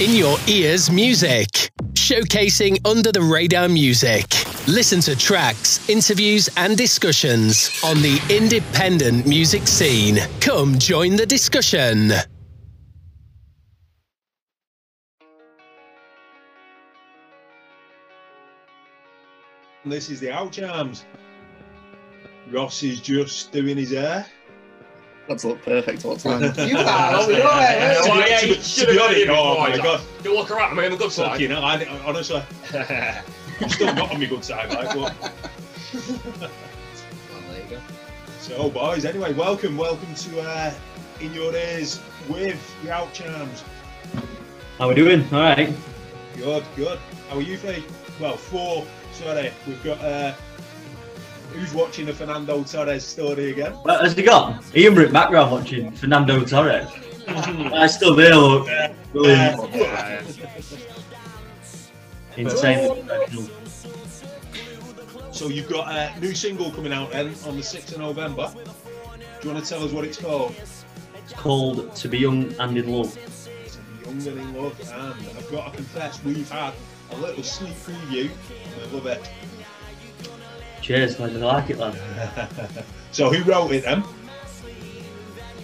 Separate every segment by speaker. Speaker 1: In your ears, music. Showcasing under the radar music. Listen to tracks, interviews, and discussions on the independent music scene. Come join the discussion.
Speaker 2: This is the Out Jams. Ross is just doing his hair.
Speaker 3: That's look perfect all the time.
Speaker 4: You are.
Speaker 2: Oh,
Speaker 4: Oh,
Speaker 2: yeah, yeah,
Speaker 4: yeah,
Speaker 2: to be-
Speaker 4: yeah,
Speaker 2: to
Speaker 4: you
Speaker 2: be- to
Speaker 4: should
Speaker 2: be
Speaker 4: have
Speaker 2: honest,
Speaker 4: been
Speaker 2: oh
Speaker 4: oh
Speaker 2: my
Speaker 4: my
Speaker 2: God.
Speaker 4: You look around, I'm on the good side.
Speaker 2: Fucking hell, I, honestly, I'm still not on my good side, mate. But,
Speaker 4: Well, there you go.
Speaker 2: so, boys, anyway, welcome, welcome to uh, In Your Ears with the Out Jams.
Speaker 5: How we doing? All right.
Speaker 2: Good, good. How are you three? Well, four. Sorry, we've got. Uh, who's watching the Fernando Torres story again?
Speaker 5: What has he got? Ian Britt background watching Fernando Torres. I still there, look. Really
Speaker 2: Uh,
Speaker 5: insane. professional.
Speaker 2: so you've got a new single coming out then on the sixth of November. Do you want to tell us what it's called?
Speaker 5: It's called To Be Young and in Love.
Speaker 2: It's Younger than love, and I've got to confess, we've had a little sneak preview. and I love it.
Speaker 5: Cheers, man. I like it, lad.
Speaker 2: So who wrote it then?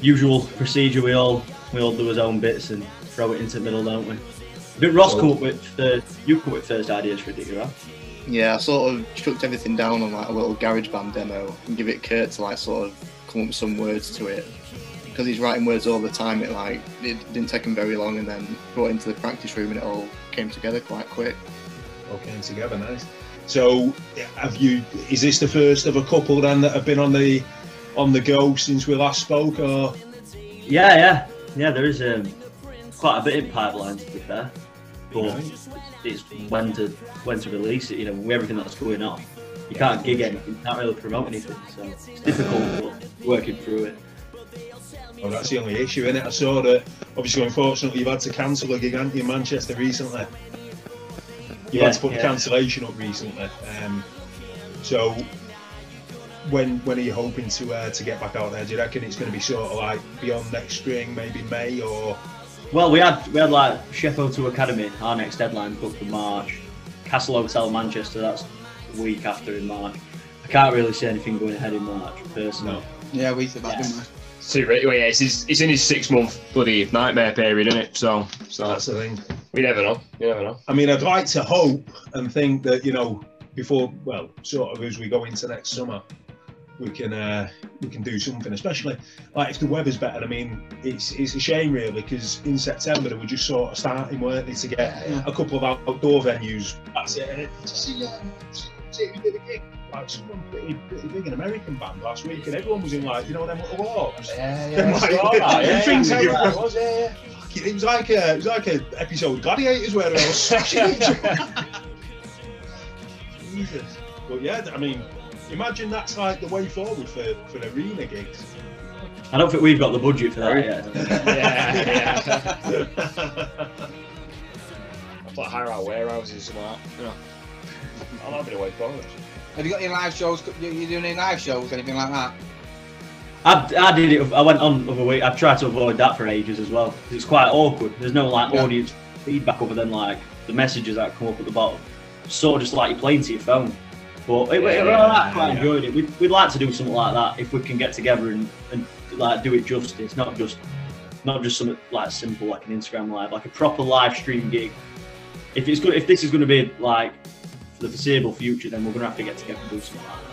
Speaker 5: Usual procedure. We all we all do our own bits and throw it into the middle, don't we? But Ross come up with the you come up with first ideas for it, did you, Ross?
Speaker 3: yeah, I sort of chucked everything down on like a little garage band demo and give it Kurt to like sort of come up with some words to it. Because he's writing words all the time, it like it didn't take him very long and then brought into the practice room and it all came together quite quick.
Speaker 2: All came together, nice. So have you? Is this the first of a couple then that have been on the on the go since we last spoke, or?
Speaker 5: Yeah, yeah, yeah. There is um, quite a bit in pipeline to be fair, but
Speaker 2: Right.
Speaker 5: it's when to when to release it. You know, with everything that's going on, you can't gig anything, you can't really promote anything, so it's difficult but working through it.
Speaker 2: Well, Oh, that's the only issue, innit? I saw that. Obviously, unfortunately, you've had to cancel a gig haven't you, in Manchester recently. You've
Speaker 5: Yeah,
Speaker 2: had to put the
Speaker 5: yeah.
Speaker 2: cancellation up recently. Um, so, when when are you hoping to uh, to get back out there? Do you reckon it's going to be sort of like beyond next spring, maybe May, or
Speaker 5: Well, we had we had like Sheffield to Academy. Our next deadline booked for March. Castle Hotel Manchester. That's the week after in March. I can't really see anything going ahead in March personally.
Speaker 2: No.
Speaker 6: Yeah, we said that,
Speaker 5: Yeah.
Speaker 6: didn't we?
Speaker 4: See, right, well, yeah, it's, his, it's in his six month bloody nightmare period, isn't it? So, so
Speaker 2: that's the thing?
Speaker 4: we never know. You never know.
Speaker 2: I mean, I'd like to hope and think that you know before, well, sort of as we go into next summer, we can uh, we can do something. Especially like if the weather's better. I mean, it's it's a shame really because in September they were just sort of starting, weren't they, to get
Speaker 6: Yeah.
Speaker 2: a couple of out- outdoor venues. That's it. And to see, um, see who did a gig. Like someone pretty, pretty big, an American band last week, and everyone was in like you know them little walks.
Speaker 4: Yeah,
Speaker 2: Like,
Speaker 4: yeah,
Speaker 2: things like
Speaker 4: yeah.
Speaker 2: that. Fuck It It was like a, it was like a episode of Gladiators where they were smashing each other. Jesus. But yeah, I mean, imagine that's like the way forward for, for arena gigs.
Speaker 5: I don't think we've got the budget for that yet.
Speaker 4: yeah, yeah.
Speaker 2: yeah.
Speaker 4: I've got hire out warehouses and all that. You know. I'll have it away for us.
Speaker 6: Have you got any live shows? You you doing any live shows, anything like that?
Speaker 5: I, I did it. I went on the other week. I've tried to avoid that for ages as well. 'cause It's quite awkward. There's no like
Speaker 6: Yeah.
Speaker 5: audience feedback other than like the messages that come up at the bottom. Sort of just like you're playing to your phone. But it, it,
Speaker 4: Yeah,
Speaker 5: all right, quite
Speaker 2: yeah.
Speaker 5: enjoyed it. We'd, we'd like to do something like that if we can get together and, and like do it justice. Not just not just something like simple like an Instagram live, like a proper live stream gig. If it's good, if this is going to be like for the foreseeable future, then we're going to have to get together and do something like that.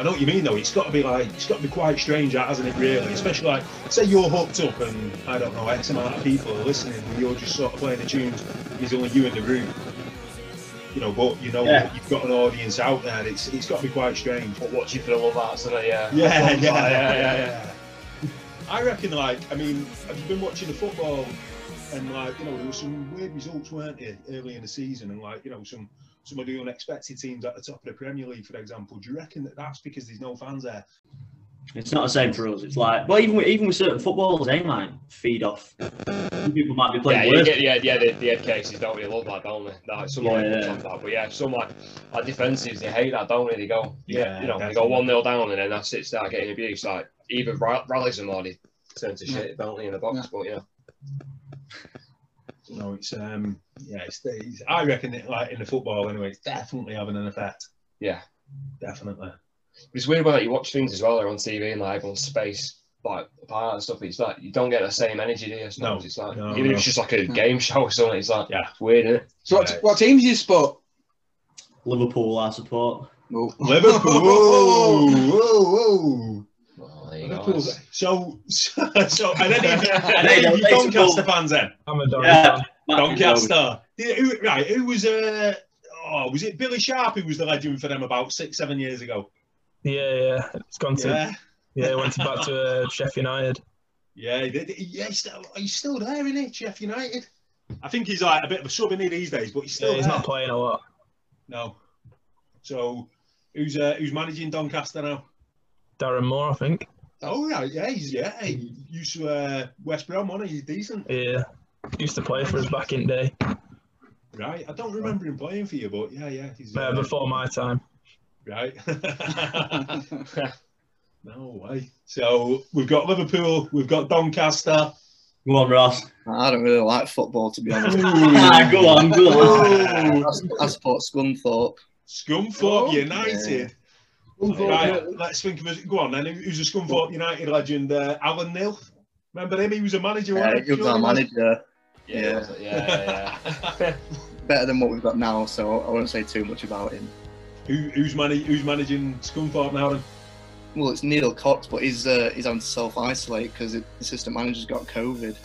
Speaker 2: I know what you mean though. It's got to be like it's got to be quite strange, hasn't it? Really, especially like say you're hooked up and I don't know X amount of people are listening, and you're just sort of playing the tunes. There's only you in the room. You know, but you know
Speaker 5: Yeah.
Speaker 2: that you've got an audience out there. It's it's got to be quite strange.
Speaker 4: But watching for the uh, love arts, isn't it? Yeah.
Speaker 2: Yeah, yeah,
Speaker 4: yeah, yeah, yeah.
Speaker 2: I reckon, like, I mean, have you been watching the football? And like, you know, there were some weird results, weren't there, early in the season? And like, you know, some some of the unexpected teams at the top of the Premier League, for example. Do you reckon that that's because there's no fans there?
Speaker 5: It's not the same for us. It's like, well, even with, even with certain footballers, they might feed off. Some people might be
Speaker 4: Yeah,
Speaker 5: playing
Speaker 4: you
Speaker 5: worse.
Speaker 4: get, yeah, yeah, the, the head cases don't really love that, don't they? No, some
Speaker 5: Yeah,
Speaker 4: like
Speaker 5: yeah.
Speaker 4: love that, but yeah, some like, like defensives, they hate that, don't they? They go,
Speaker 2: Yeah,
Speaker 4: yeah, you know, they
Speaker 2: definitely.
Speaker 4: go 1 0 down and then that's it, start getting abused. Like, either ra- rallies them or they turn to shit, don't they, in the box,
Speaker 6: Yeah.
Speaker 4: but yeah.
Speaker 2: No, it's um, yeah, it's, it's I reckon it like in the football anyway. It's definitely having an effect.
Speaker 4: Yeah.
Speaker 2: Definitely.
Speaker 4: But it's weird when like, you watch things as well, they're on TV and like everyone's space like apart and stuff. It's like you don't get the same energy do you? Sometimes it's like
Speaker 2: No,
Speaker 4: even
Speaker 2: no.
Speaker 4: if it's just like a
Speaker 6: No.
Speaker 4: game show or something. It's like
Speaker 2: Yeah.
Speaker 4: it's weird, isn't it?
Speaker 6: So what,
Speaker 2: Yeah.
Speaker 6: what teams do you support?
Speaker 5: Liverpool, I support.
Speaker 2: Oh.
Speaker 6: No.
Speaker 2: Liverpool. whoa, whoa, whoa.
Speaker 4: Oh, there you go.
Speaker 2: Liverpool. So, so, so and then you, and
Speaker 5: They-
Speaker 2: then you
Speaker 5: they
Speaker 2: Doncaster
Speaker 5: support-
Speaker 2: fans then.
Speaker 7: I'm a dog.
Speaker 5: Yeah.
Speaker 2: Doncaster. Yeah, who- right, who was uh, oh, was it Billy Sharp who was the legend for them about six, seven years ago?
Speaker 7: Yeah, yeah. It's gone to
Speaker 2: Yeah,
Speaker 7: yeah, went to back to uh, Sheffield United.
Speaker 2: yeah, he did. yeah. He's still, he's still there, isn't he? Jeff United. I think he's like a bit of a sub in these days, but he's still
Speaker 7: Yeah, he's
Speaker 2: there.
Speaker 7: not playing a lot.
Speaker 2: No. So, who's uh, who's managing Doncaster now?
Speaker 7: Darren Moore, I think.
Speaker 2: Oh right, yeah, he's yeah. He used to uh, West Brom, wasn't he? He's decent.
Speaker 7: Yeah. Used to play for us back in the day.
Speaker 2: Right, I don't remember him playing for you, but yeah, yeah, he's
Speaker 7: Uh, before my time.
Speaker 2: right. no way. So we've got Liverpool, we've got Doncaster.
Speaker 5: Go on, Ross.
Speaker 3: I don't really like football, to be honest.
Speaker 5: Ah, go on, go on.
Speaker 2: Ooh.
Speaker 3: I sup- I support Scunthorpe.
Speaker 2: Scunthorpe
Speaker 6: Oh,
Speaker 2: United. Right, let's think of us. Go on then. Who- Who's a Scunthorpe United legend? Uh, Alan Neil. Remember him? He was a manager.
Speaker 3: Yeah,
Speaker 2: wasn't
Speaker 3: he was
Speaker 2: Sure
Speaker 3: our
Speaker 2: he
Speaker 3: manager.
Speaker 4: Yeah, yeah, yeah. yeah.
Speaker 3: Better than what we've got now, so I won't say too much about him.
Speaker 2: Who, who's, manag who's managing Scunthorpe now? Then?
Speaker 3: Well, it's Neil Cox, but he's uh, he's having to self isolate because the assistant manager's got COVID.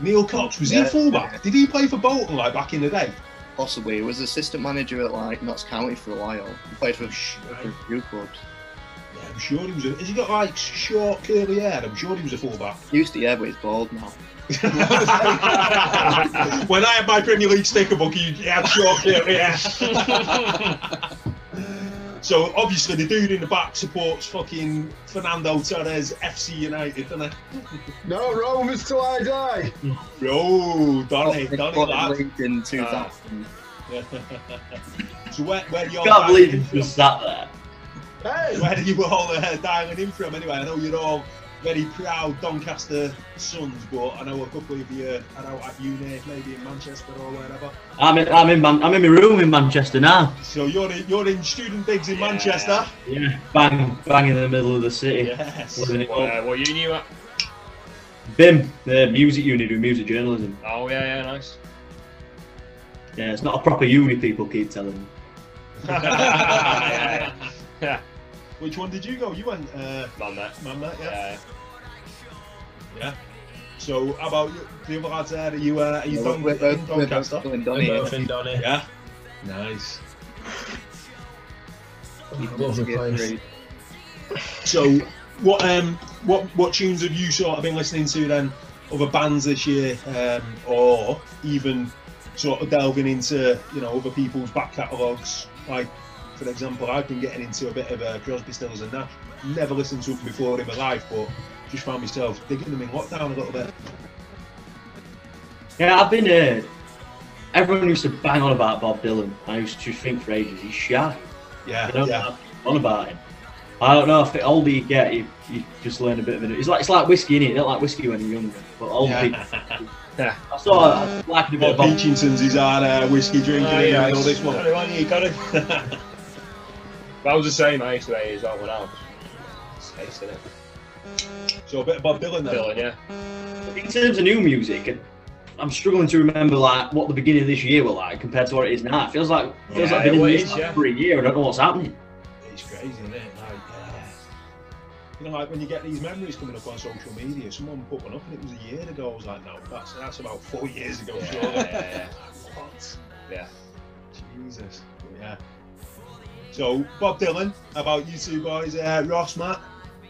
Speaker 2: Neil Cox was he
Speaker 3: Yeah.
Speaker 2: a fullback? Did he play for Bolton like back in the day?
Speaker 3: Possibly, he was assistant manager at like Notts County for a while. He played for, for a few clubs.
Speaker 2: Yeah, I'm sure he was. A, has he got like short curly hair? I'm sure he was a fullback.
Speaker 3: He used to, yeah, but he's bald now.
Speaker 2: when I had my Premier League sticker book, you yeah, sure, yeah, so obviously the dude in the back supports fucking Fernando Torres, FC United, doesn't he?
Speaker 8: No, Rome is till I die.
Speaker 2: Oh, Donny, Uh,
Speaker 3: Got-
Speaker 2: Donny,
Speaker 3: got
Speaker 2: lad.
Speaker 3: linked in 2000.
Speaker 2: so where, where you all
Speaker 5: Can't
Speaker 2: dialing
Speaker 5: believe
Speaker 2: in
Speaker 5: it's
Speaker 2: from?
Speaker 5: just sat there.
Speaker 8: Hey,
Speaker 2: Where you all uh, dialing in from? Anyway, I know you're all very proud Doncaster sons, but I know a couple of you are out at uni, maybe in Manchester or wherever.
Speaker 5: I'm in, I'm in, Man- I'm in my room in Manchester now.
Speaker 2: So you're in, you're in student digs in
Speaker 4: Yeah.
Speaker 2: Manchester.
Speaker 5: Yeah, bang, bang in the middle of the city.
Speaker 2: Yes.
Speaker 5: Living it
Speaker 4: What,
Speaker 5: up.
Speaker 4: uh, what uni you at?
Speaker 5: Bim, the music uni do music journalism.
Speaker 4: Oh yeah, yeah, nice.
Speaker 5: Yeah, it's not a proper uni. People keep telling me.
Speaker 4: yeah, yeah.
Speaker 2: Which one did you go? You went uh,
Speaker 4: Man, that.
Speaker 2: man, that, yeah.
Speaker 4: Yeah.
Speaker 2: So how about you? the other lads there? Are you uh, are you
Speaker 3: Yeah,
Speaker 2: Don-
Speaker 3: we're,
Speaker 2: in
Speaker 3: both, we're both
Speaker 2: Doncaster?
Speaker 3: still in
Speaker 7: They're
Speaker 3: Donny.
Speaker 7: both in Donny.
Speaker 2: Yeah. Nice.
Speaker 7: Lovely place.
Speaker 2: So what um what what tunes have you sort of been listening to then? Other bands this year, um, or even sort of delving into you know other people's back catalogues. Like for example, I've been getting into a bit of uh, Crosby, Stills and Nash. Never listened to them before in my life, but just found myself digging them in lockdown a little bit.
Speaker 5: Yeah, I've been uh Everyone used to bang on about Bob Dylan. I used to think for ages he's shy.
Speaker 2: Yeah,
Speaker 5: You know,
Speaker 2: yeah,
Speaker 5: on about him. I don't know if the older you get, you, you just learn a bit of it. It's like it's like whiskey, innit? You don't like whiskey when you're younger, but older
Speaker 6: Yeah.
Speaker 5: people.
Speaker 4: Yeah.
Speaker 5: I saw I liked a bit
Speaker 2: Bob
Speaker 5: of Bob.
Speaker 2: Beachington's his hard uh, whiskey drinking.
Speaker 4: Oh,
Speaker 2: and
Speaker 4: yeah,
Speaker 2: all
Speaker 4: it's-
Speaker 2: this one.
Speaker 4: Got it, you got it. That was the same I used to hate as that one out. Space in it.
Speaker 2: So a bit of Bob Dylan then.
Speaker 4: Dylan, yeah.
Speaker 5: In terms of new music, I'm struggling to remember like what the beginning of this year were like compared to what it is now. It feels like it feels
Speaker 4: Yeah,
Speaker 5: like I've been
Speaker 4: it
Speaker 5: in
Speaker 4: was,
Speaker 5: this
Speaker 4: yeah.
Speaker 5: for a year. I don't know what's happening.
Speaker 2: It's crazy, isn't it? Like, uh, you know, like when you get these memories coming up on social media, someone put one up and it was a year ago. I was like, no, that's that's about four years ago.
Speaker 4: Yeah,
Speaker 2: surely.
Speaker 4: yeah,
Speaker 2: What?
Speaker 4: yeah.
Speaker 2: Jesus. Yeah. So Bob Dylan, how about you two boys, uh, Ross, Matt.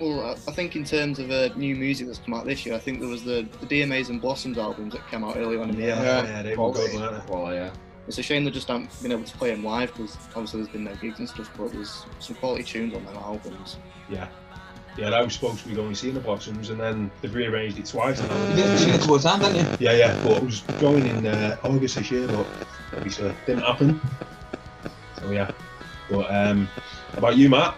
Speaker 3: Well, I- I think in terms of uh, new music that's come out this year, I think there was the, the DMAs and Blossoms albums that came out early on in the year.
Speaker 6: Yeah.
Speaker 2: yeah, they were good, weren't
Speaker 4: Well, yeah.
Speaker 3: It's a shame they just haven't been able to play them live because obviously there's been no gigs and stuff, but there's some quality tunes on them albums.
Speaker 2: they? Yeah. Yeah, that was supposed to be going to see in the Blossoms, and then they've rearranged it twice. now.
Speaker 6: You did, you did towards that, didn't you?
Speaker 2: Yeah, yeah, but it was going in uh, August this year, but obviously it didn't happen. So yeah, but um, how about you, Matt?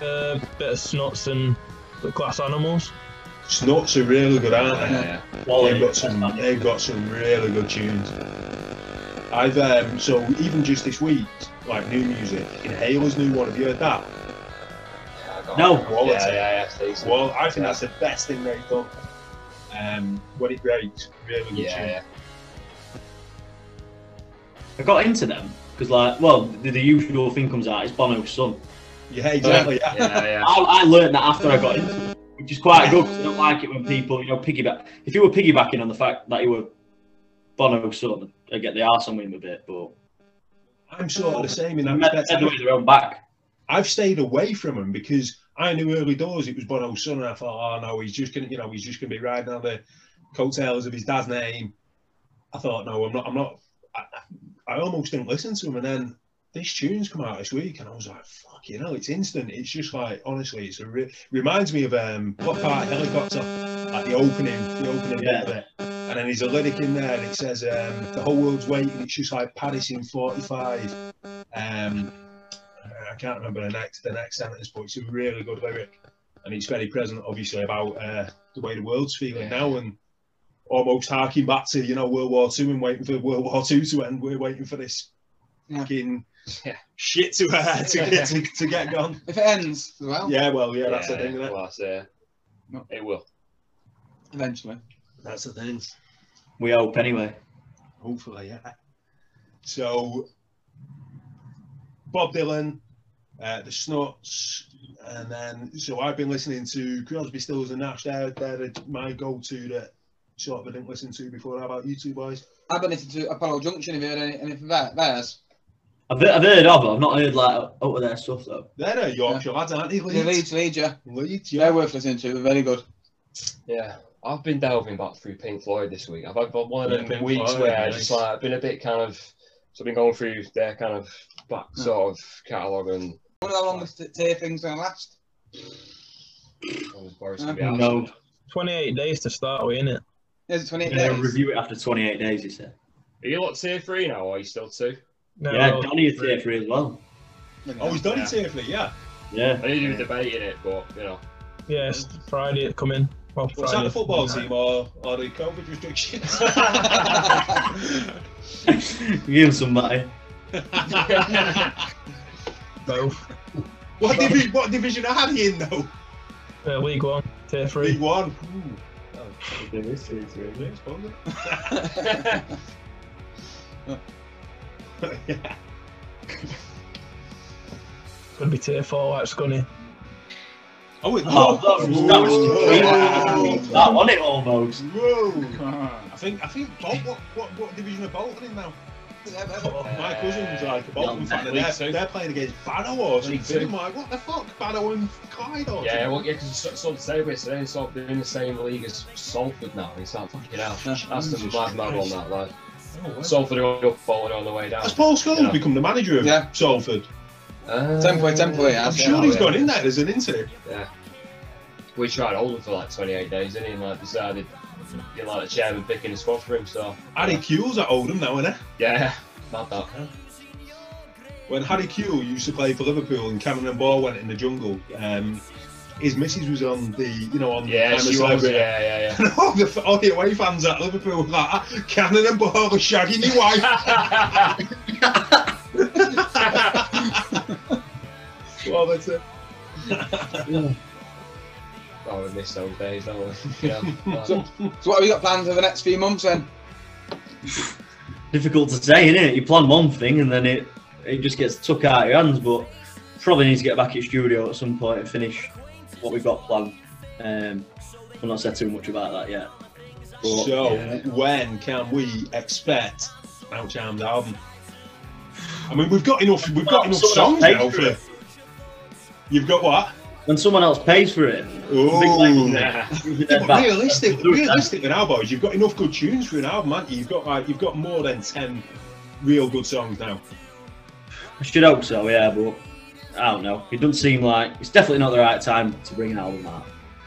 Speaker 7: Uh, bit of snots and the class animals.
Speaker 2: Snuts are really good, aren't they?
Speaker 4: Yeah.
Speaker 2: They've
Speaker 5: Quality.
Speaker 2: got some. They've got some really good tunes. I've um, so even just this week, like new music. Inhaler's new one. Have you heard that?
Speaker 5: No.
Speaker 2: Quality.
Speaker 4: Yeah, yeah, yeah. it's decent.
Speaker 2: Well, I think that's the best thing they've done. Um, when it breaks, really good
Speaker 4: Yeah,
Speaker 2: tune.
Speaker 4: yeah.
Speaker 5: I got into them because, like, well, the, the usual thing comes out. It's Bono's son.
Speaker 2: Yeah, exactly. Yeah.
Speaker 4: Yeah, yeah.
Speaker 5: I, I learned that after I got into them, which is quite good. 'cause I don't like it when people, you know, piggyback. If you were piggybacking on the fact that you were Bono's son, I get the arse on him a bit, but
Speaker 2: I'm sort of the same in that
Speaker 5: men
Speaker 2: respect.
Speaker 5: men with their own back.
Speaker 2: I've stayed away from him because I knew early doors it was Bono's son, and I thought, oh no, he's just gonna, you know, he's just gonna be riding on the coattails of his dad's name. I thought, no, I'm not, I'm not. I, I almost didn't listen to him, and then this tune's come out this week, and I was like, fuck, you know, it's instant. It's just like, honestly, it's a re- reminds me of um, Pop Part Helicopter, like the opening, the opening
Speaker 5: Yeah.
Speaker 2: bit of it. And then there's a lyric in there, and it says, um, "The whole world's waiting." It's just like Paris in '45. Um, I can't remember the next the next sentence, but it's a really good lyric, and it's very present, obviously, about uh, the way the world's feeling
Speaker 4: Yeah.
Speaker 2: now, and almost harking back to you know World War Two and waiting for World War Two to end. We're waiting for this
Speaker 6: Yeah.
Speaker 2: fucking
Speaker 4: Yeah.
Speaker 2: shit to, uh, to, get, to, to get gone.
Speaker 6: If it ends as well,
Speaker 2: Yeah, well, yeah, that's the thing. Isn't it?
Speaker 4: Oh. Well, that's it.
Speaker 6: No.
Speaker 4: It will.
Speaker 6: eventually.
Speaker 2: That's the thing.
Speaker 5: We hope anyway.
Speaker 2: Hopefully, yeah. So, Bob Dylan, uh, the Snuts, and then so I've been listening to Crosby, Stills, and Nash. They're, they're my go-to that sort of I didn't listen to before. How about you two boys?
Speaker 6: I've been listening to Apollo Junction. Have you heard any, anything there? There's.
Speaker 5: I've, I've heard of it. I've not heard like out of their stuff though.
Speaker 2: They're a Yorkshire lads, aren't they?
Speaker 6: The
Speaker 2: Leeds,
Speaker 6: Leeds Legia.
Speaker 2: Leeds,
Speaker 6: They're
Speaker 2: yeah.
Speaker 6: worth listening to. They're very good.
Speaker 4: Yeah. I've been delving back through Pink Floyd this week. I've had one
Speaker 2: Yeah,
Speaker 4: of
Speaker 2: Pink
Speaker 4: them weeks
Speaker 2: Floyd,
Speaker 4: where I
Speaker 2: nice.
Speaker 4: just like I've been a bit kind of so I've been going through their kind of back
Speaker 6: Yeah.
Speaker 4: sort of catalogue and
Speaker 6: I wonder how long this t- tear thing's going to last.
Speaker 4: I was Boris
Speaker 6: Yeah.
Speaker 4: to be
Speaker 5: Who
Speaker 4: honest.
Speaker 5: knows?
Speaker 7: 28 days to start with, innit?
Speaker 6: Is it 28
Speaker 5: They're gonna
Speaker 6: days?
Speaker 5: review it after 28 days. He said.
Speaker 4: Are you lot tier three now or are you still two?
Speaker 7: No,
Speaker 5: yeah, Donny is here for it as well.
Speaker 2: Oh, he's done
Speaker 4: Yeah.
Speaker 2: it safely, yeah.
Speaker 5: Yeah.
Speaker 4: I need to do a debate in it, but you know.
Speaker 7: Yes, Friday it come in. Well,
Speaker 2: Was that
Speaker 7: Friday.
Speaker 2: the football
Speaker 7: Yeah.
Speaker 2: team or, or the COVID restrictions?
Speaker 5: Give him somebody.
Speaker 7: Both.
Speaker 2: what, divi- what division are they in, though?
Speaker 7: Uh, League One, Tier
Speaker 2: League
Speaker 7: 3.
Speaker 2: One.
Speaker 5: There is tier three.
Speaker 2: yeah.
Speaker 7: Could be Tier 4 like Scunny.
Speaker 2: Oh, it-
Speaker 5: Oh, that was, that was
Speaker 2: Whoa.
Speaker 5: complete. That on it almost.
Speaker 2: Whoa. I think I think Bolt, what, what what division are Bolton in now? My cousin's like a Bolton
Speaker 5: yeah,
Speaker 2: fan, and
Speaker 4: League
Speaker 2: they're,
Speaker 4: Two.
Speaker 2: they're playing against Barrow or
Speaker 4: League
Speaker 2: something.
Speaker 4: Two.
Speaker 2: I'm like, what the fuck, Barrow and Clyde or
Speaker 4: yeah, well, yeah, because it's sort sort of the same way today. It's sort of doing the same league as Salford now. It's like fucking hell. That's the mad mad on that lad.
Speaker 2: something. Oh, well.
Speaker 4: Salford are on the up, falling on the way down.
Speaker 2: Has Paul Scholes
Speaker 4: Yeah.
Speaker 2: become the manager of
Speaker 6: Yeah.
Speaker 2: Salford?
Speaker 4: Uh,
Speaker 6: Template, template, yeah.
Speaker 2: I'm sure
Speaker 4: yeah.
Speaker 2: he's gone in there as an interim.
Speaker 4: We tried holding for like 28 days, didn't he? And like decided, you know, like the chairman picking a squad for him. So
Speaker 2: Harry Kewell's at Oldham now, isn't he?
Speaker 4: yeah, mad that.
Speaker 2: When Harry Kewell used to play for Liverpool and Cameron and Ball went in the jungle, um, his missus was on the, you know, on
Speaker 4: Yeah,
Speaker 2: the
Speaker 4: she was. Yeah, yeah,
Speaker 2: And all the, all the away fans at Liverpool were like, Cannon and Ball are shagging your wife.
Speaker 4: yeah.
Speaker 2: well, that's it.
Speaker 4: oh, we miss those days, don't we? Yeah.
Speaker 6: So- So, what have you got planned for the next few months then?
Speaker 5: Difficult to say, innit? You plan one thing and then it it just gets took out of your hands. But probably need to get back in studio at some point and finish what we've got planned. Um, i am not said too much about that yet. But,
Speaker 2: So,
Speaker 5: yeah.
Speaker 2: when can we expect Mount Jam's album? I mean, we've got enough. We've got enough songs
Speaker 5: Someone else
Speaker 2: now
Speaker 5: paid for
Speaker 2: for. You've got what?
Speaker 5: when someone else pays for it,
Speaker 2: Oh,
Speaker 4: Nah.
Speaker 5: they're
Speaker 2: but
Speaker 5: back.
Speaker 2: realistic,
Speaker 5: Let's do it then.
Speaker 2: realistic now, boys. You've got enough good tunes for an album, haven't you? You've got like, you've got more than ten real good songs now.
Speaker 5: I should hope so, yeah, but I don't know. It doesn't seem like it's definitely not the right time to bring an album out.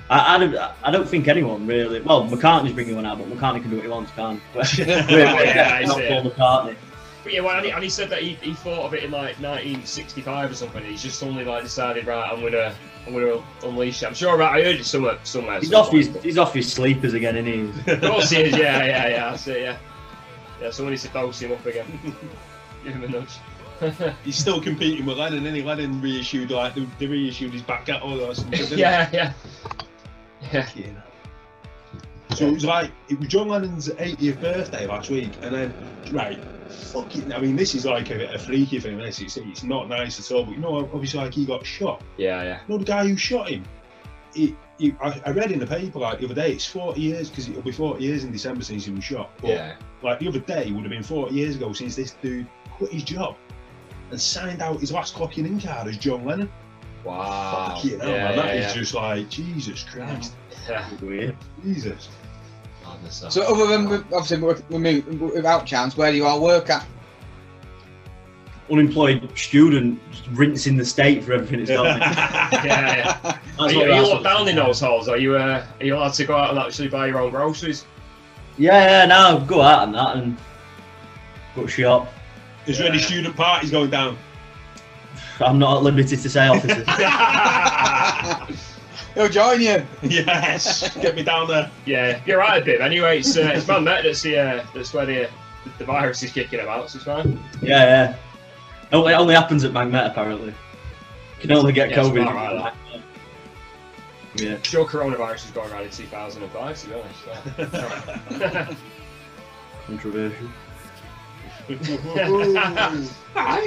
Speaker 5: I, I, don't, I don't think anyone really. Well, McCartney's bringing one out, but McCartney can do what he wants, can't he? We're-
Speaker 4: yeah,
Speaker 5: we're
Speaker 4: I
Speaker 5: not
Speaker 4: see.
Speaker 5: Paul McCartney.
Speaker 4: But yeah, well, and he, and he said that he, he thought of it in like 1965 or something. He's just suddenly like decided, right, I'm gonna I'm gonna unleash it. I'm sure, right, I heard it somewhere somewhere.
Speaker 5: He's
Speaker 4: somewhere.
Speaker 5: off his he's off his sleepers again, isn't he?
Speaker 4: Of course he is. Yeah, yeah, yeah. That's it. Yeah, yeah. Someone needs to dose him up again. Give him a nudge.
Speaker 2: He's still competing with Lennon, isn't he? Lennon reissued like they, they reissued his back catalogue or something. didn't they?
Speaker 4: yeah, yeah, yeah.
Speaker 2: So it was like it was John Lennon's 80th birthday last week, and then right, fuck it. I mean, this is like a, a freaky thing. This it's, it's not nice at all. But you know, obviously, like he got shot.
Speaker 4: Yeah, yeah.
Speaker 2: You know, the guy who shot him. He, he, I, I read in the paper like the other day. It's 40 years because it'll be 40 years in December since he was shot. But,
Speaker 4: Yeah.
Speaker 2: Like the other day would have been 40 years ago since this dude quit his job and signed out his last clocking in card as John Lennon.
Speaker 4: Wow.
Speaker 2: Fucking hell,
Speaker 4: yeah,
Speaker 2: man, that is
Speaker 4: yeah,
Speaker 2: just like Jesus Christ,
Speaker 4: yeah.
Speaker 5: Weird.
Speaker 2: Jesus.
Speaker 4: Madness, that.
Speaker 6: So other than with- obviously with- with me- without chance, where do you all work at?
Speaker 5: Unemployed student just rinsing the state for everything it's done.
Speaker 4: yeah, yeah.
Speaker 5: That's
Speaker 4: Are
Speaker 5: what
Speaker 4: you, are you
Speaker 5: that's
Speaker 4: locked
Speaker 5: what-
Speaker 4: down in those halls? Are you uh, are you allowed to go out and actually buy your own groceries?
Speaker 5: Yeah, yeah, no, go out and that and go shop.
Speaker 2: Is there any
Speaker 4: Yeah.
Speaker 2: student parties going down?
Speaker 5: I'm not at liberty to say, officer.
Speaker 6: He'll join you.
Speaker 2: yes, get me down there.
Speaker 4: yeah, you're right a bit. Anyway, it's uh, it's man met that's the uh, that's where the the virus is kicking about. So it's fine.
Speaker 5: yeah, yeah. Oh, it only happens at Magnet apparently. You can only get
Speaker 4: Yeah, it's
Speaker 5: COVID. if
Speaker 4: about right,
Speaker 5: you're
Speaker 4: that.
Speaker 5: at Magnet. Yeah.
Speaker 4: Sure, coronavirus is going around in 2005. To be honest. so.
Speaker 5: Controversial.
Speaker 6: Hi.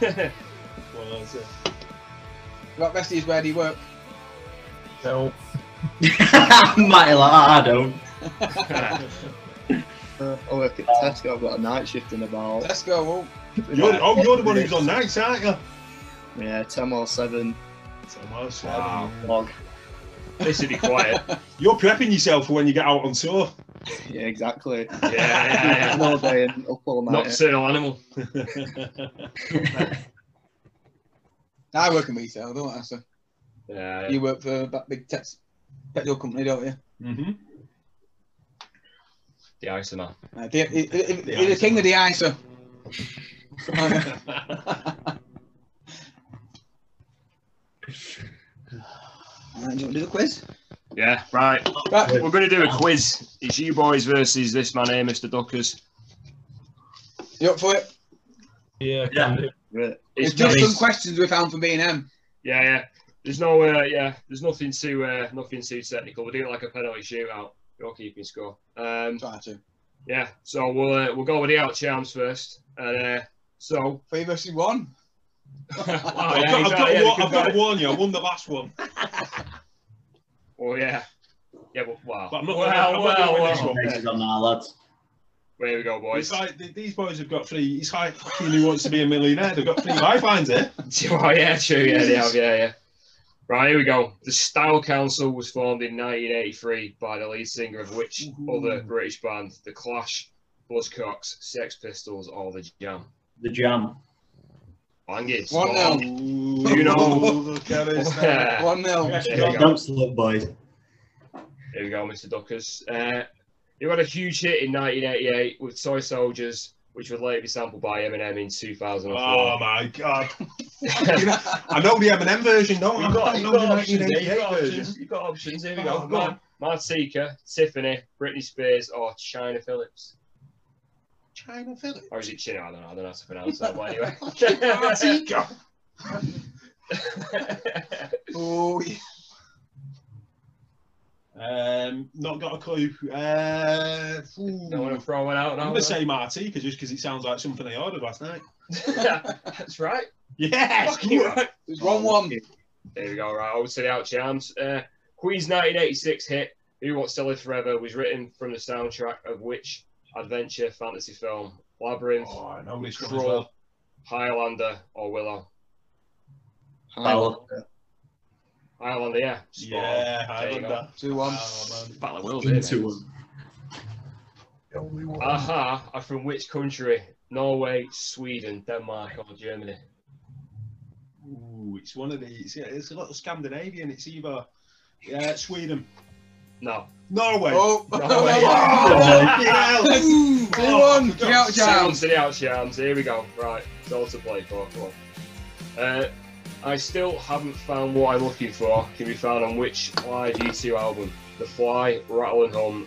Speaker 2: Well, that's it.
Speaker 6: What rest of you, where do you work?
Speaker 7: No.
Speaker 5: Mighty like, I don't.
Speaker 3: Uh, I work at Tesco. I've got a night shift in about
Speaker 6: Let's go. Well,
Speaker 2: You're, oh, you're the one who's on nights, aren't you?
Speaker 3: yeah ten or seven.
Speaker 4: Wow.
Speaker 5: Log.
Speaker 4: this would be quiet.
Speaker 2: You're prepping yourself for when you get out on tour.
Speaker 3: Yeah, exactly.
Speaker 4: Yeah, yeah,
Speaker 3: I'm
Speaker 4: yeah.
Speaker 3: all day and up all
Speaker 4: Not
Speaker 3: night.
Speaker 4: serial animal.
Speaker 6: I work in retail, don't I? So
Speaker 4: Yeah, yeah.
Speaker 6: you work for that big tech petrol company, don't you?
Speaker 2: hmm
Speaker 4: the Isoman.
Speaker 6: Uh, the, i- i- i-
Speaker 2: The
Speaker 6: you're the king of the ISO. Right, do you want to do the quiz?
Speaker 4: Yeah, right.
Speaker 6: Right.
Speaker 4: We're going to do a quiz. It's you boys versus this man here, Mr. Duckers.
Speaker 6: You up for it?
Speaker 7: Yeah, can
Speaker 5: Yeah.
Speaker 7: do.
Speaker 3: Right.
Speaker 6: It's
Speaker 4: It's
Speaker 6: just
Speaker 4: nice.
Speaker 6: some questions we found from B&M.
Speaker 4: Yeah, yeah. There's no, uh, yeah. There's nothing too, uh, nothing too technical. We're doing like a penalty shootout. You're keeping score. Um,
Speaker 6: Try to.
Speaker 4: yeah. So we'll uh, we'll go with the out charms first. And uh, so.
Speaker 6: Three versus one.
Speaker 4: Wow,
Speaker 2: I've,
Speaker 4: Oh, yeah,
Speaker 2: got, I've,
Speaker 4: exactly,
Speaker 2: got,
Speaker 4: yeah,
Speaker 2: to wa- I've
Speaker 4: they could
Speaker 2: got
Speaker 4: try
Speaker 2: to
Speaker 4: it.
Speaker 2: warn you, I won the last one.
Speaker 4: Well, yeah. Yeah, well, wow.
Speaker 2: But I'm not- I'm not
Speaker 4: well, well,
Speaker 2: doing
Speaker 4: well.
Speaker 2: this one.
Speaker 5: Bases on that, lads.
Speaker 4: There we go, boys.
Speaker 2: It's like th- these boys have got three. It's like fucking who wants to be a millionaire. They've got three lifelines here.
Speaker 4: Oh, yeah, true. Yeah, they have. Yeah, yeah. Right, here we go. The Style Council was formed in 1983 by the lead singer of which other British band? The Clash, Buzzcocks, Sex Pistols, or The Jam?
Speaker 5: The jam.
Speaker 4: Bang it.
Speaker 6: One
Speaker 4: Spot
Speaker 6: nil.
Speaker 2: Do
Speaker 4: you know-
Speaker 2: Oh, Look at this now.
Speaker 4: on.
Speaker 6: One nil.
Speaker 2: Yes, you
Speaker 4: There we
Speaker 2: got-
Speaker 4: go.
Speaker 5: Don't slip, boys.
Speaker 4: Here we go, Mr. Duckers. Uh, you had a huge hit in 1988 with Toy Soldiers, which would later be sampled by Eminem in 2004.
Speaker 2: Oh my god!
Speaker 4: You've
Speaker 2: I know the Eminem version, don't I?
Speaker 4: got-
Speaker 2: I
Speaker 4: you've
Speaker 2: know
Speaker 4: got
Speaker 2: the
Speaker 4: options here,
Speaker 2: 1988
Speaker 4: you've got
Speaker 2: version.
Speaker 4: options, you've got options. Here we
Speaker 2: Oh,
Speaker 4: go.
Speaker 2: go on.
Speaker 4: Mar- Martika, Tiffany, Britney Spears, or China Phillips.
Speaker 2: China Phillips.
Speaker 4: Or is it Chino? I don't know. I don't know how to pronounce that one anyway.
Speaker 2: Martika.
Speaker 6: Oh, yeah.
Speaker 2: Um, not got a clue. Uh, ooh.
Speaker 4: don't want to throw one out
Speaker 2: I'm
Speaker 4: now.
Speaker 2: gonna say Martika just because it sounds like something I ordered last night.
Speaker 4: That's right.
Speaker 2: Yes.
Speaker 4: Fucking right.
Speaker 6: It's one one.
Speaker 4: There we go. Right. Over to the out jams. Uh, Queen's 1986 hit "Who Wants to Live Forever" was written from the soundtrack of which adventure fantasy film? Labyrinth,
Speaker 2: Oh, I know this one as
Speaker 4: Troll,
Speaker 2: well.
Speaker 4: Highlander, or Willow?
Speaker 5: Ballad.
Speaker 4: Highlander, yeah. Spot on.
Speaker 2: Yeah, I
Speaker 4: There you
Speaker 2: love
Speaker 4: go.
Speaker 2: that.
Speaker 6: Two one.
Speaker 2: Oh, man.
Speaker 4: Battle of Wills. isn't it?
Speaker 5: Into one.
Speaker 4: Aha are from which country? Norway, Sweden, Denmark, or Germany?
Speaker 2: Ooh, it's one of these. Yeah, it's a lot of Scandinavian. It's either yeah, Sweden,
Speaker 4: No.
Speaker 2: Norway.
Speaker 6: Oh,
Speaker 4: No,
Speaker 2: Oh,
Speaker 4: wait.
Speaker 2: fucking hell.
Speaker 6: Two one.
Speaker 4: for
Speaker 6: Shout
Speaker 4: God's
Speaker 6: Shams.
Speaker 4: sake, Out Shams. Here we go. Right, it's all to play for. Come on. Uh, I still haven't found what I'm looking for. Can be found on which live U2 album? The Fly, Rattle and Hum,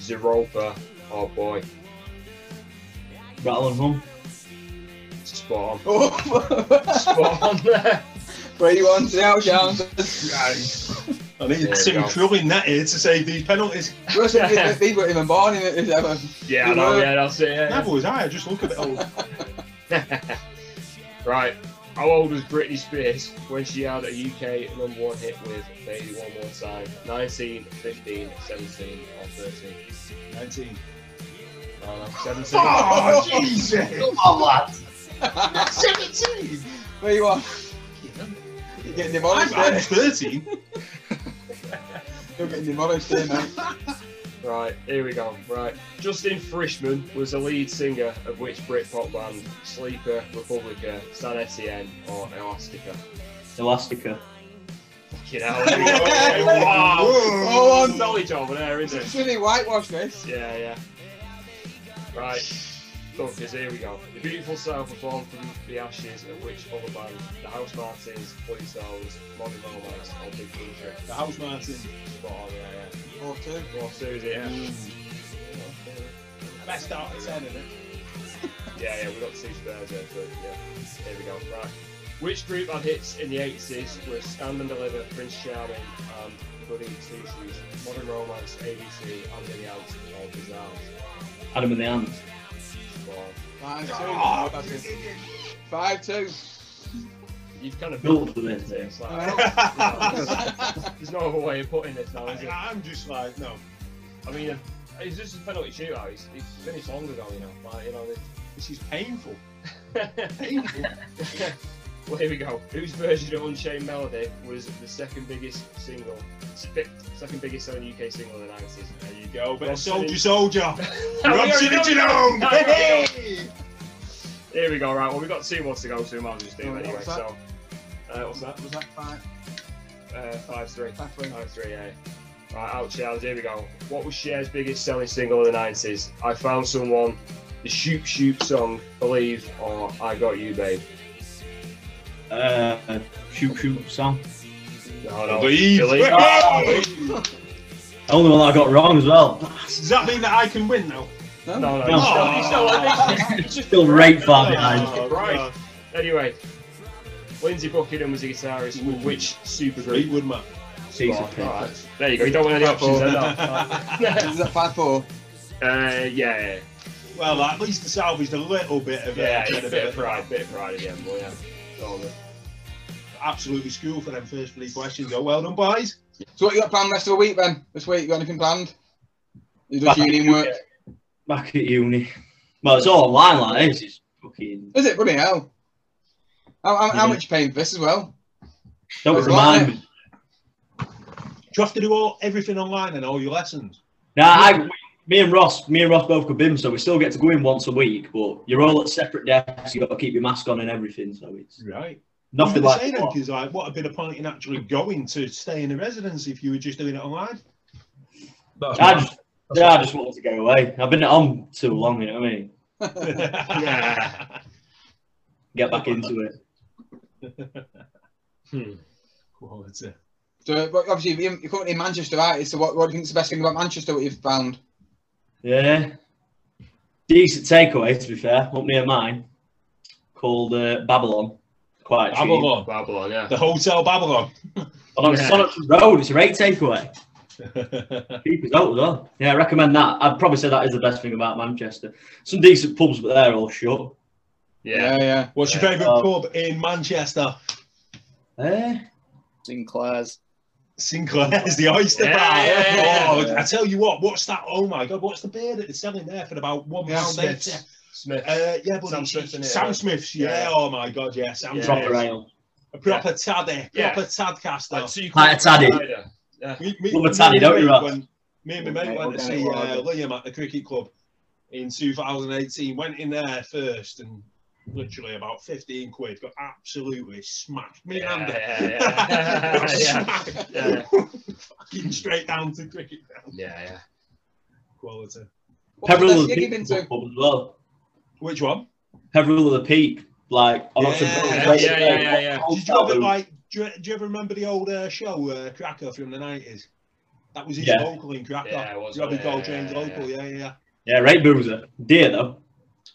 Speaker 4: Zeropa, Oh Boy,
Speaker 5: Rattle and hum.
Speaker 4: Spawn.
Speaker 6: Oh,
Speaker 4: Spawn there.
Speaker 6: three one to out, Shams.
Speaker 2: I need
Speaker 4: There we
Speaker 2: Tim
Speaker 4: go.
Speaker 2: Krulin that here to save these penalties.
Speaker 6: Worst thing is These weren't even born in it. Ever.
Speaker 4: Yeah, I know. Yeah, that's it. yeah, yeah.
Speaker 2: Never was I. I just look at it. Oh,
Speaker 4: right. How old was Britney Spears when she had a UK number one hit with Baby One More Time? 19, 15, 17, or 13?
Speaker 2: 19.
Speaker 4: No, no, 17.
Speaker 2: Oh, Jesus!
Speaker 6: Three one. You're getting demolished
Speaker 2: I'm
Speaker 6: there.
Speaker 2: 13.
Speaker 6: You're getting demolished there, mate.
Speaker 4: Right, here we go. Right. Justin Frischman was the lead singer of which Britpop band? Sleeper, Republica, San Etienne, or Elastica?
Speaker 5: Elastica.
Speaker 4: Fucking hell. here we go. Okay, wow.
Speaker 6: Whoa.
Speaker 4: Some knowledge over there, isn't it?
Speaker 6: It's really whitewash, this.
Speaker 4: Yeah, yeah. Right. Dunkers, here we go. The beautiful sound performed from the ashes of which other band? The House Martins, Bloody Souls, Modern Romance, or Big Country?
Speaker 2: The house Martin.
Speaker 4: Spot on, yeah,
Speaker 6: Four two.
Speaker 4: yeah. Well, Susie, yeah.
Speaker 2: Mm. Best out of 10, innit?
Speaker 4: Yeah, yeah, we got two spares there, but yeah. Here we go. Right. Which group had hits in the 80s were Stand and Deliver, Prince Charming, and Goody Two Shoes, Modern Romance, ABC, and Billy Out, or Bizarre?
Speaker 5: Adam and the Ants.
Speaker 4: Spot on.
Speaker 6: Five two. Oh, that's it. Five two.
Speaker 4: You've kind of
Speaker 5: Built with it, yeah.
Speaker 4: It's like- There's no other way of putting this now, is
Speaker 2: I-
Speaker 4: there?
Speaker 2: I'm just like, no.
Speaker 4: I mean, it's just a penalty shootout. It's, it's finished long ago, you know. Like, you know
Speaker 2: This is painful.
Speaker 4: it's-
Speaker 2: Painful.
Speaker 4: well, here we go. Whose version of Unchained Melody was the second biggest single, sp- second biggest selling UK single in the 90s? There you go.
Speaker 2: Yo, but
Speaker 4: Rob
Speaker 2: soldier,
Speaker 4: Simmons-
Speaker 2: soldier.
Speaker 4: We
Speaker 2: Rob
Speaker 4: already
Speaker 2: Simmons, you
Speaker 4: know-
Speaker 2: know.
Speaker 4: No, we
Speaker 2: Hey!
Speaker 4: Here we go, right. Well, we've got two more to go, so we might as well just do
Speaker 6: Oh,
Speaker 4: it anyway.
Speaker 6: what's that?
Speaker 4: So, uh, what's that?
Speaker 6: Was that five?
Speaker 4: Uh, 5 3.
Speaker 6: Five three.
Speaker 4: 5 3, yeah. Right, out, Charles. Here we go. What was Cher's biggest selling single in the 90s? I Found Someone, the Shoop Shoop song, Believe, or I Got You, Babe.
Speaker 5: Uh, shoot, shoot song.
Speaker 4: No, no.
Speaker 2: Believe.
Speaker 4: Believe.
Speaker 5: Only one I got wrong as well.
Speaker 2: Does that mean that I can win now?
Speaker 4: No, no.
Speaker 5: No.
Speaker 4: he's still- he's still-
Speaker 5: Still right far behind.
Speaker 2: Oh, right.
Speaker 4: Anyway, Lindsay Buckingham was a guitarist with which
Speaker 2: Great
Speaker 4: supergroup?
Speaker 2: wood, man.
Speaker 5: Piece of
Speaker 4: Right,
Speaker 5: piss.
Speaker 4: right. There you go. You don't want any options there, no.
Speaker 6: Is that five four?
Speaker 4: Uh, yeah,
Speaker 2: Well, at least the salvaged a little bit of uh,
Speaker 4: yeah,
Speaker 2: Jenna
Speaker 4: yeah. Bit of
Speaker 2: Bit.
Speaker 4: pride, bit of pride again, but yeah. It's all good.
Speaker 2: Absolutely school for them first three questions. Oh, well done, boys.
Speaker 6: So what you got planned the rest of the week then? This week you got anything planned? You just union work?
Speaker 5: Back at uni. Well, it's all online like this. It's fucking.
Speaker 6: Is it bloody hell? How, how, how
Speaker 5: Yeah.
Speaker 6: much you paying for this as well?
Speaker 5: Don't
Speaker 6: It's
Speaker 5: remind
Speaker 6: online.
Speaker 5: me.
Speaker 2: Do you have to do all everything online and all your lessons?
Speaker 5: Nah, I, me and Ross, me and Ross both go BIM, so we still get to go in once a week. But you're all at separate desks. You got to keep your mask on and everything. So it's
Speaker 2: Right.
Speaker 5: nothing
Speaker 2: like
Speaker 5: like.
Speaker 2: that. Because like, what a bit of point in actually going to stay in a residence if you were just doing it online.
Speaker 7: That's
Speaker 5: I
Speaker 7: mad.
Speaker 5: just, yeah, I just wanted to get away. I've been at home too long. You know what I mean? Get back into it.
Speaker 2: Quality.
Speaker 6: So but obviously you're you're currently in Manchester, right? So what, what do you think the best thing about Manchester? What you've found?
Speaker 5: Yeah. Decent takeaway, to be fair, up near mine, called uh, Babylon. Quite cheap.
Speaker 2: Babylon.
Speaker 4: Babylon, yeah.
Speaker 2: The Hotel Babylon.
Speaker 5: And on
Speaker 4: Yeah.
Speaker 5: Sonnet's Road, it's a great takeaway. Cheap as out though. Yeah, I recommend that. I'd probably say that is the best thing about Manchester. Some decent pubs, but they're all shut.
Speaker 6: yeah.
Speaker 4: Yeah.
Speaker 6: yeah.
Speaker 2: What's your
Speaker 4: Yeah. Um,
Speaker 2: favourite
Speaker 5: Oh.
Speaker 2: pub in Manchester?
Speaker 5: Eh?
Speaker 3: Sinclair's.
Speaker 2: Sinclair's the oyster
Speaker 4: Yeah,
Speaker 2: bar.
Speaker 4: yeah, yeah,
Speaker 2: oh,
Speaker 3: yeah.
Speaker 2: I tell you what, what's that? Oh my god, what's the beer that they're selling there for about one
Speaker 6: Yeah,
Speaker 2: pound
Speaker 6: Smith's.
Speaker 2: eighty?
Speaker 4: Smith.
Speaker 2: Uh, yeah, but
Speaker 4: Sam
Speaker 2: it's-
Speaker 4: Smith's, isn't it?
Speaker 2: Sam Smith's. Yeah.
Speaker 4: Yeah.
Speaker 2: Oh my god, yeah, Sam
Speaker 4: Yeah.
Speaker 5: Proper
Speaker 2: Smith's.
Speaker 5: ale.
Speaker 2: A proper taddy,
Speaker 4: Yeah.
Speaker 2: proper tadcaster.
Speaker 4: Like, so you
Speaker 5: Like a taddy.
Speaker 2: Me, me,
Speaker 5: Love a
Speaker 2: me
Speaker 5: tally,
Speaker 2: and
Speaker 5: don't you,
Speaker 2: mate
Speaker 5: Ross?
Speaker 2: went- Me and my mate
Speaker 3: Okay,
Speaker 2: went to
Speaker 3: okay,
Speaker 2: see
Speaker 3: well,
Speaker 2: uh,
Speaker 3: okay.
Speaker 2: Liam at the cricket club in 2018. Went in there first and literally about 15 quid. Got absolutely smacked. Me
Speaker 4: Yeah,
Speaker 2: and Andy.
Speaker 4: yeah, yeah.
Speaker 2: Got
Speaker 4: Yeah.
Speaker 2: smacked.
Speaker 4: Yeah.
Speaker 2: Fucking straight down to cricket ground.
Speaker 4: Yeah, yeah.
Speaker 2: Quality.
Speaker 6: What's the
Speaker 5: Peveril
Speaker 6: best
Speaker 5: of the
Speaker 6: gig you've
Speaker 5: Peak
Speaker 6: been
Speaker 5: was a
Speaker 6: to?
Speaker 5: pub as well.
Speaker 2: Which one?
Speaker 5: Peveril of the Peak, like on
Speaker 2: Yeah,
Speaker 5: Oxford Road.
Speaker 2: yeah,
Speaker 5: Great-
Speaker 4: yeah, yeah, yeah, yeah.
Speaker 5: Old
Speaker 2: Did you ever
Speaker 5: Salvo.
Speaker 2: like? Do you, do you ever remember the old uh, show uh, Cracker from the nineties? That was his
Speaker 5: Yeah.
Speaker 2: local in Cracker.
Speaker 4: Yeah, it was,
Speaker 2: Robbie
Speaker 4: yeah,
Speaker 2: Gold, James
Speaker 4: yeah,
Speaker 2: local. Yeah, yeah, yeah.
Speaker 5: Yeah, right boozer. Dear though.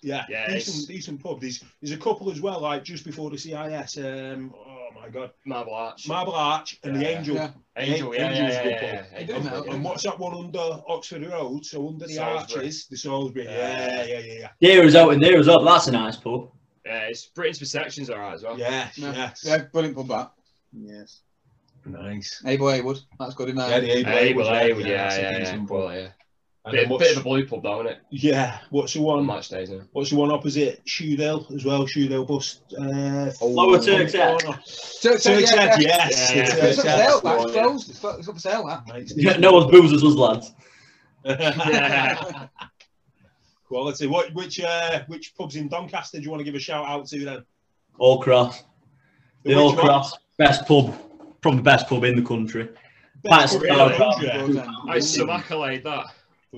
Speaker 2: Yeah,
Speaker 4: Yeah, it's-
Speaker 2: decent, decent pub. There's, there's a couple as well, like just before the CIS. Um, oh my God,
Speaker 4: Marble Arch.
Speaker 2: Marble Arch and the
Speaker 4: Yeah.
Speaker 2: Angel.
Speaker 6: Yeah.
Speaker 4: Angel, yeah,
Speaker 2: Angel's
Speaker 4: yeah,
Speaker 2: good
Speaker 4: yeah, yeah,
Speaker 2: pub.
Speaker 4: yeah.
Speaker 6: It doesn't
Speaker 4: Angel's
Speaker 6: help.
Speaker 4: good.
Speaker 2: And what's that one under Oxford Road? So under the
Speaker 4: Salisbury.
Speaker 2: arches, the Salisbury. Yeah,
Speaker 4: Yeah.
Speaker 2: yeah, yeah, yeah.
Speaker 5: Dear is out and dear is up. That's a nice pub.
Speaker 4: Yeah, it's Britain's perception's alright as well.
Speaker 2: Yes,
Speaker 6: Yeah.
Speaker 2: yes.
Speaker 6: Yeah, brilliant pub that.
Speaker 3: Yes.
Speaker 2: Nice.
Speaker 6: Abel Haywood, that's good in
Speaker 2: Yeah,
Speaker 6: there.
Speaker 2: the Able
Speaker 4: Hey,
Speaker 2: Able,
Speaker 4: well, hey, well,
Speaker 2: yeah,
Speaker 4: yeah,
Speaker 2: that's a
Speaker 4: yeah, yeah,
Speaker 2: decent pub.
Speaker 4: well, yeah.
Speaker 2: And
Speaker 4: Bit,
Speaker 2: then
Speaker 4: bit
Speaker 2: what's,
Speaker 4: of a blue pub though, isn't it?
Speaker 2: yeah, what's the
Speaker 4: On
Speaker 2: one?
Speaker 4: match days, isn't it?
Speaker 2: What's the one opposite Shoedale as well? Shoedale bus. Uh,
Speaker 4: Oh.
Speaker 5: Lower Turk's Head.
Speaker 2: corner.
Speaker 6: So, so,
Speaker 2: Turk's Head,
Speaker 6: yeah,
Speaker 2: yes.
Speaker 4: Yeah, yeah.
Speaker 6: yeah. It's up for sale, that. It's
Speaker 2: Turk's Head.
Speaker 6: closed. It's fu- It's up for sale, that.
Speaker 2: Nice.
Speaker 5: Yeah, no one's boozers us lads.
Speaker 4: Yeah.
Speaker 2: Quality. What? Which? Uh, which pubs in Doncaster do you want to give a shout out to then?
Speaker 5: All cross. The
Speaker 2: Which
Speaker 5: All
Speaker 2: one?
Speaker 5: Cross. Best pub. Probably the best pub in the country.
Speaker 2: Best pub
Speaker 5: Pint
Speaker 2: in
Speaker 5: Star
Speaker 2: the
Speaker 5: Cross.
Speaker 2: country.
Speaker 6: Yeah.
Speaker 4: That's some accolade that.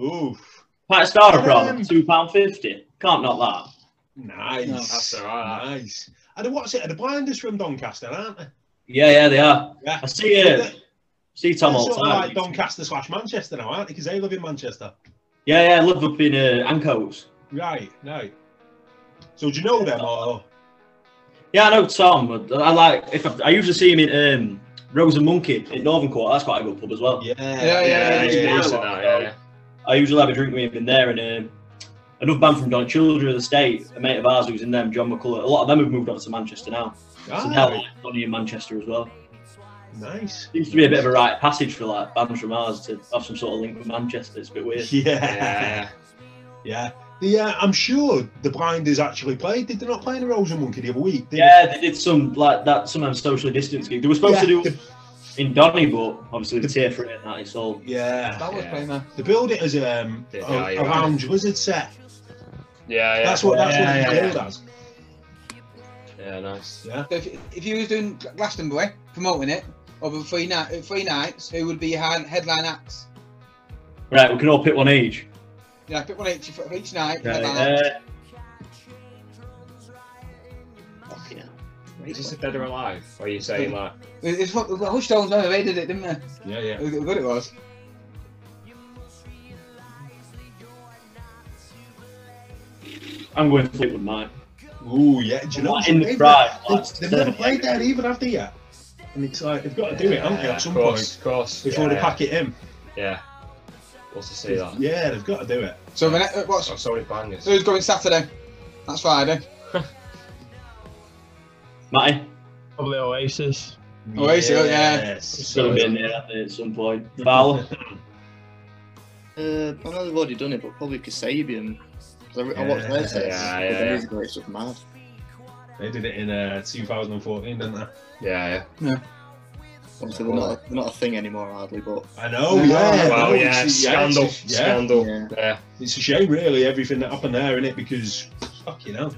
Speaker 2: Oof.
Speaker 5: Pint of Star
Speaker 2: Um,
Speaker 5: Crown, two pound fifty. Can't knock that.
Speaker 2: Nice.
Speaker 4: That's alright.
Speaker 2: Nice. And the- what's it? The blinders from Doncaster, aren't they?
Speaker 5: Yeah, yeah, they are.
Speaker 2: Yeah.
Speaker 5: I see uh,
Speaker 2: They're-
Speaker 5: see Tom
Speaker 2: they're
Speaker 5: all the
Speaker 2: sort of
Speaker 5: time.
Speaker 2: like Doncaster slash Manchester now, aren't they? Because they live in Manchester.
Speaker 5: Yeah, yeah, I live up in uh, Ancoats.
Speaker 2: Right. Right. So do you know them or?
Speaker 5: Yeah, I know Tom. But I like if I, I usually see him in um, Rose and Monkey in Northern Quarter. That's quite a good pub as well.
Speaker 2: Yeah.
Speaker 6: Yeah, yeah,
Speaker 4: it's
Speaker 5: yeah.
Speaker 4: decent that, yeah, yeah.
Speaker 5: I usually have a drink with him in there, and um, another band from Don Children of the State, a mate of ours who's in them, John McCullough. A lot of them have moved on to Manchester now. So
Speaker 2: Ah,
Speaker 5: now like, Donny in Manchester as well.
Speaker 2: Nice.
Speaker 5: Seems to be a bit of a rite passage for like bands from ours to have some sort of link with Manchester. It's a bit weird.
Speaker 2: Yeah.
Speaker 4: Yeah,
Speaker 2: Yeah. The, uh, I'm sure the Blinders actually played. Did they not play in the Rose and Monkey the other week? Did
Speaker 5: Yeah, they did some like that sometimes social distance gig. They were supposed
Speaker 2: Yeah.
Speaker 5: to do in Donny, but obviously the tear for it and that it's all.
Speaker 2: They? Yeah.
Speaker 6: That was
Speaker 4: Yeah.
Speaker 6: playing there.
Speaker 2: They build it as um, a,
Speaker 4: Yeah, yeah,
Speaker 2: a
Speaker 4: yeah.
Speaker 2: lounge lizard set.
Speaker 4: yeah, yeah.
Speaker 2: That's what that's
Speaker 4: yeah,
Speaker 2: what they
Speaker 4: yeah,
Speaker 2: build as.
Speaker 4: yeah. yeah, nice.
Speaker 6: So if, if you was doing Glastonbury, promoting it, over three, night, three nights, who would be your hand- headline acts?
Speaker 5: Right, we can all pick one each.
Speaker 6: Yeah, pick one each, for each night.
Speaker 5: Right,
Speaker 6: headline
Speaker 5: uh,
Speaker 6: act.
Speaker 4: Is this a dead or alive? Or are you saying like
Speaker 6: It's what the Hushstones never raided it, didn't they?
Speaker 2: Yeah, yeah.
Speaker 6: Look how good it was.
Speaker 5: I'm going Fleetwood Mac.
Speaker 2: Ooh, yeah. Do you know
Speaker 5: Not
Speaker 2: what's
Speaker 5: in
Speaker 2: amazing?
Speaker 5: the drive.
Speaker 2: They-
Speaker 5: lads.
Speaker 2: They've never played there either, have they yet? And it's like they've got to do it, haven't they?
Speaker 4: Yeah,
Speaker 2: At some
Speaker 4: of course,
Speaker 2: point
Speaker 4: Of course.
Speaker 2: before
Speaker 4: yeah,
Speaker 2: they pack it in.
Speaker 4: Yeah. yeah. Love to see that.
Speaker 2: Yeah, they've got to do it.
Speaker 6: So the next, uh, what's
Speaker 4: So, so many bangers.
Speaker 6: who's going Saturday? That's Friday.
Speaker 5: Matty,
Speaker 7: Probably Oasis.
Speaker 6: Oh, is it? Oh, yeah.
Speaker 5: it's
Speaker 2: Yes.
Speaker 5: going to be in there I think, at some point. Val,
Speaker 3: Uh, I know they've already done it, but probably Kasabian. 'Cause I, I watched
Speaker 2: Yeah,
Speaker 3: their sets.
Speaker 4: yeah,
Speaker 3: Yeah,
Speaker 4: yeah,
Speaker 3: yeah,
Speaker 4: yeah.
Speaker 3: ago, It's just mad.
Speaker 2: They did it in uh, 2014, didn't they?
Speaker 4: Yeah,
Speaker 3: Obviously, they're not, they're not a thing anymore, hardly, but
Speaker 2: I know.
Speaker 6: Yeah.
Speaker 2: Yeah.
Speaker 4: yeah. Well,
Speaker 2: no,
Speaker 4: yeah,
Speaker 2: it's-
Speaker 4: scandal,
Speaker 2: it's- yeah.
Speaker 4: scandal.
Speaker 3: Yeah.
Speaker 4: Yeah,
Speaker 2: It's a shame, really, everything that happened there, innit? Because, fuck, you know.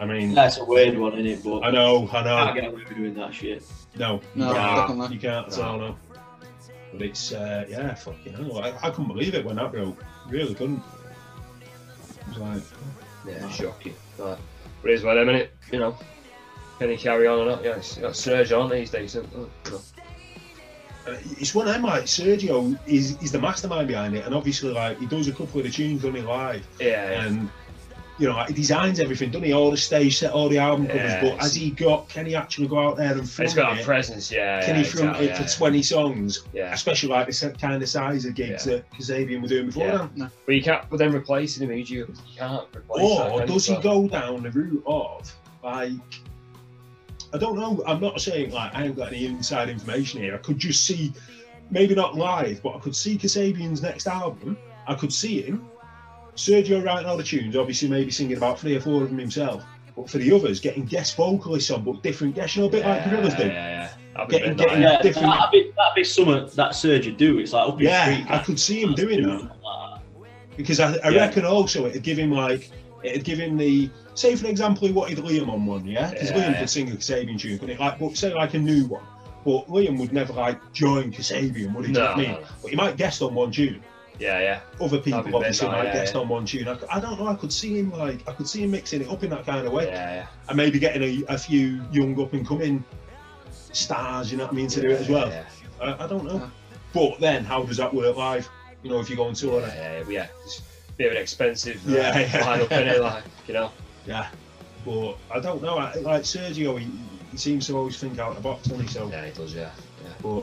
Speaker 2: I mean,
Speaker 5: that's a weird one, isn't it? But
Speaker 2: I know,
Speaker 5: can't
Speaker 2: I know.
Speaker 5: get away with doing that shit.
Speaker 2: No,
Speaker 6: No,
Speaker 4: Nah.
Speaker 6: definitely.
Speaker 2: you can't
Speaker 4: No.
Speaker 2: tell, no. But it's, uh, yeah, fuck, you know. I, I couldn't believe it when that broke. Really couldn't. It was like,
Speaker 4: yeah, shocking. Right. But it is well, a minute, you know. Can he carry on or not? Yeah, it's got Serge on these days. isn't it? Oh,
Speaker 2: Uh, It's one I'm like Sergio is is the mastermind behind it, and obviously like he does a couple of the tunes on he live,
Speaker 4: no. Yeah,
Speaker 2: and you know like, he designs everything, doesn't he? All the stage set, all the album covers.
Speaker 4: Yeah,
Speaker 2: but
Speaker 4: it's-
Speaker 2: has he got? Can he actually go out there and
Speaker 4: yeah.
Speaker 2: front
Speaker 4: It's got a
Speaker 2: it?
Speaker 4: presence, yeah.
Speaker 2: Can he
Speaker 4: yeah,
Speaker 2: front
Speaker 4: exactly,
Speaker 2: it for
Speaker 4: yeah,
Speaker 2: twenty songs?
Speaker 4: Yeah,
Speaker 2: Especially like the se- kind of size of gigs
Speaker 4: Yeah.
Speaker 2: that Kasabian were doing before
Speaker 4: Yeah.
Speaker 2: then.
Speaker 4: but you can't. But then replacing him, you you can't replace. that,
Speaker 2: Or
Speaker 4: can
Speaker 2: does
Speaker 4: you?
Speaker 2: he Oh, go down the route of like? I don't know. I'm not saying like I haven't got any inside information here. I could just see, maybe not live, but I could see Kasabian's next album. I could see him. Sergio writing all the tunes, obviously maybe singing about three or four of them himself. But for the others, getting guest vocalists on, but different guests, you know, a bit like
Speaker 4: yeah,
Speaker 2: Gorillaz do.
Speaker 4: Yeah, yeah. That'd be
Speaker 2: Getting-
Speaker 4: a bit
Speaker 2: getting-
Speaker 4: nice.
Speaker 5: Yeah, that'd
Speaker 2: different-
Speaker 5: be, that'd be something uh, that Serge would do. It's like up his
Speaker 2: Yeah,
Speaker 5: street.
Speaker 2: I could see him doing that. because I, I
Speaker 5: Yeah.
Speaker 2: reckon also it'd give him like it'd give him the say for example he wanted Liam on one, yeah, because
Speaker 4: Yeah,
Speaker 2: Liam
Speaker 4: yeah.
Speaker 2: could sing a Kasabian tune, couldn't he? Like, but say like a new one, but Liam would never like join Kasabian, would he? Do you know
Speaker 4: No,
Speaker 2: what I mean?
Speaker 4: no, no.
Speaker 2: But he might guest on one tune,
Speaker 4: Yeah, yeah.
Speaker 2: Other people
Speaker 4: That'd be
Speaker 2: obviously
Speaker 4: better,
Speaker 2: might
Speaker 4: yeah,
Speaker 2: guest
Speaker 4: yeah.
Speaker 2: on one tune. I, c- I don't know. I could see him like I could see him mixing it up in that kind of
Speaker 4: Yeah,
Speaker 2: way,
Speaker 4: yeah.
Speaker 2: and maybe getting a, a few young up and coming stars. You know what I mean to do it as well.
Speaker 4: Yeah,
Speaker 2: I, I don't know. But then, how does that work live? You know, if you go on tour,
Speaker 4: yeah, yeah. yeah, yeah. It's a bit of an expensive uh,
Speaker 2: Yeah, yeah.
Speaker 4: lineup, innit? Like, you know.
Speaker 2: yeah. But I don't know. I, like Sergio, he, he seems to always think out of the box, doesn't he? So,
Speaker 4: Yeah, it does, yeah. Yeah,
Speaker 2: but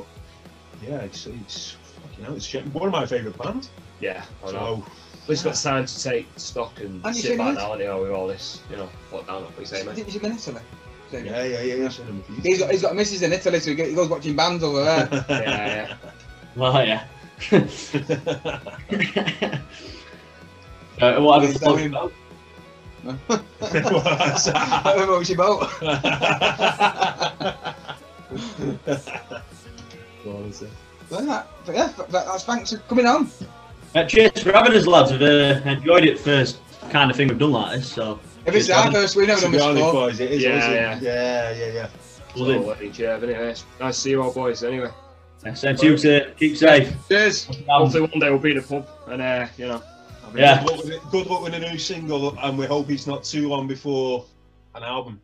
Speaker 2: yeah, it's it's you know, it's a shame. one of my favourite bands.
Speaker 4: yeah I know.
Speaker 2: So
Speaker 4: At least we've got time to take stock and,
Speaker 6: And you
Speaker 4: sit back
Speaker 6: can-
Speaker 4: now, haven't you, with all this, you know, what down up, what you say, mate?
Speaker 6: Is it- is it Minnesota? So-
Speaker 2: yeah, yeah, yeah. yeah. I've seen him a few
Speaker 6: He's got,
Speaker 2: times.
Speaker 6: he's got misses in Italy, so he go- he goes watching bands over there.
Speaker 4: Yeah,
Speaker 5: Well, yeah. Uh, what have you
Speaker 6: Is that
Speaker 5: thought
Speaker 6: him?
Speaker 5: about?
Speaker 2: What's that?
Speaker 6: I don't know what she bought. Well, that, but yeah, that, that's thanks for coming on.
Speaker 5: Uh, cheers for having us, lads. I've uh, enjoyed it first kind of thing we've done like this. So
Speaker 6: If it's
Speaker 5: Cheers,
Speaker 6: our
Speaker 5: Adam.
Speaker 6: first, we've never
Speaker 2: To
Speaker 6: done
Speaker 2: be
Speaker 6: this
Speaker 2: honest,
Speaker 6: before.
Speaker 2: boys, it is,
Speaker 4: Yeah,
Speaker 2: isn't it?
Speaker 4: yeah.
Speaker 2: yeah, yeah, yeah.
Speaker 5: well,
Speaker 4: So, uh, yeah, but anyway, it's nice to see you all, boys, anyway.
Speaker 5: yeah, same to you, sir. Keep safe.
Speaker 6: Cheers.
Speaker 4: Hopefully one day we'll be in a pub and, uh, you know,
Speaker 5: Yeah.
Speaker 2: Good luck with it- Good luck with a new single, and we hope it's not too long before an album.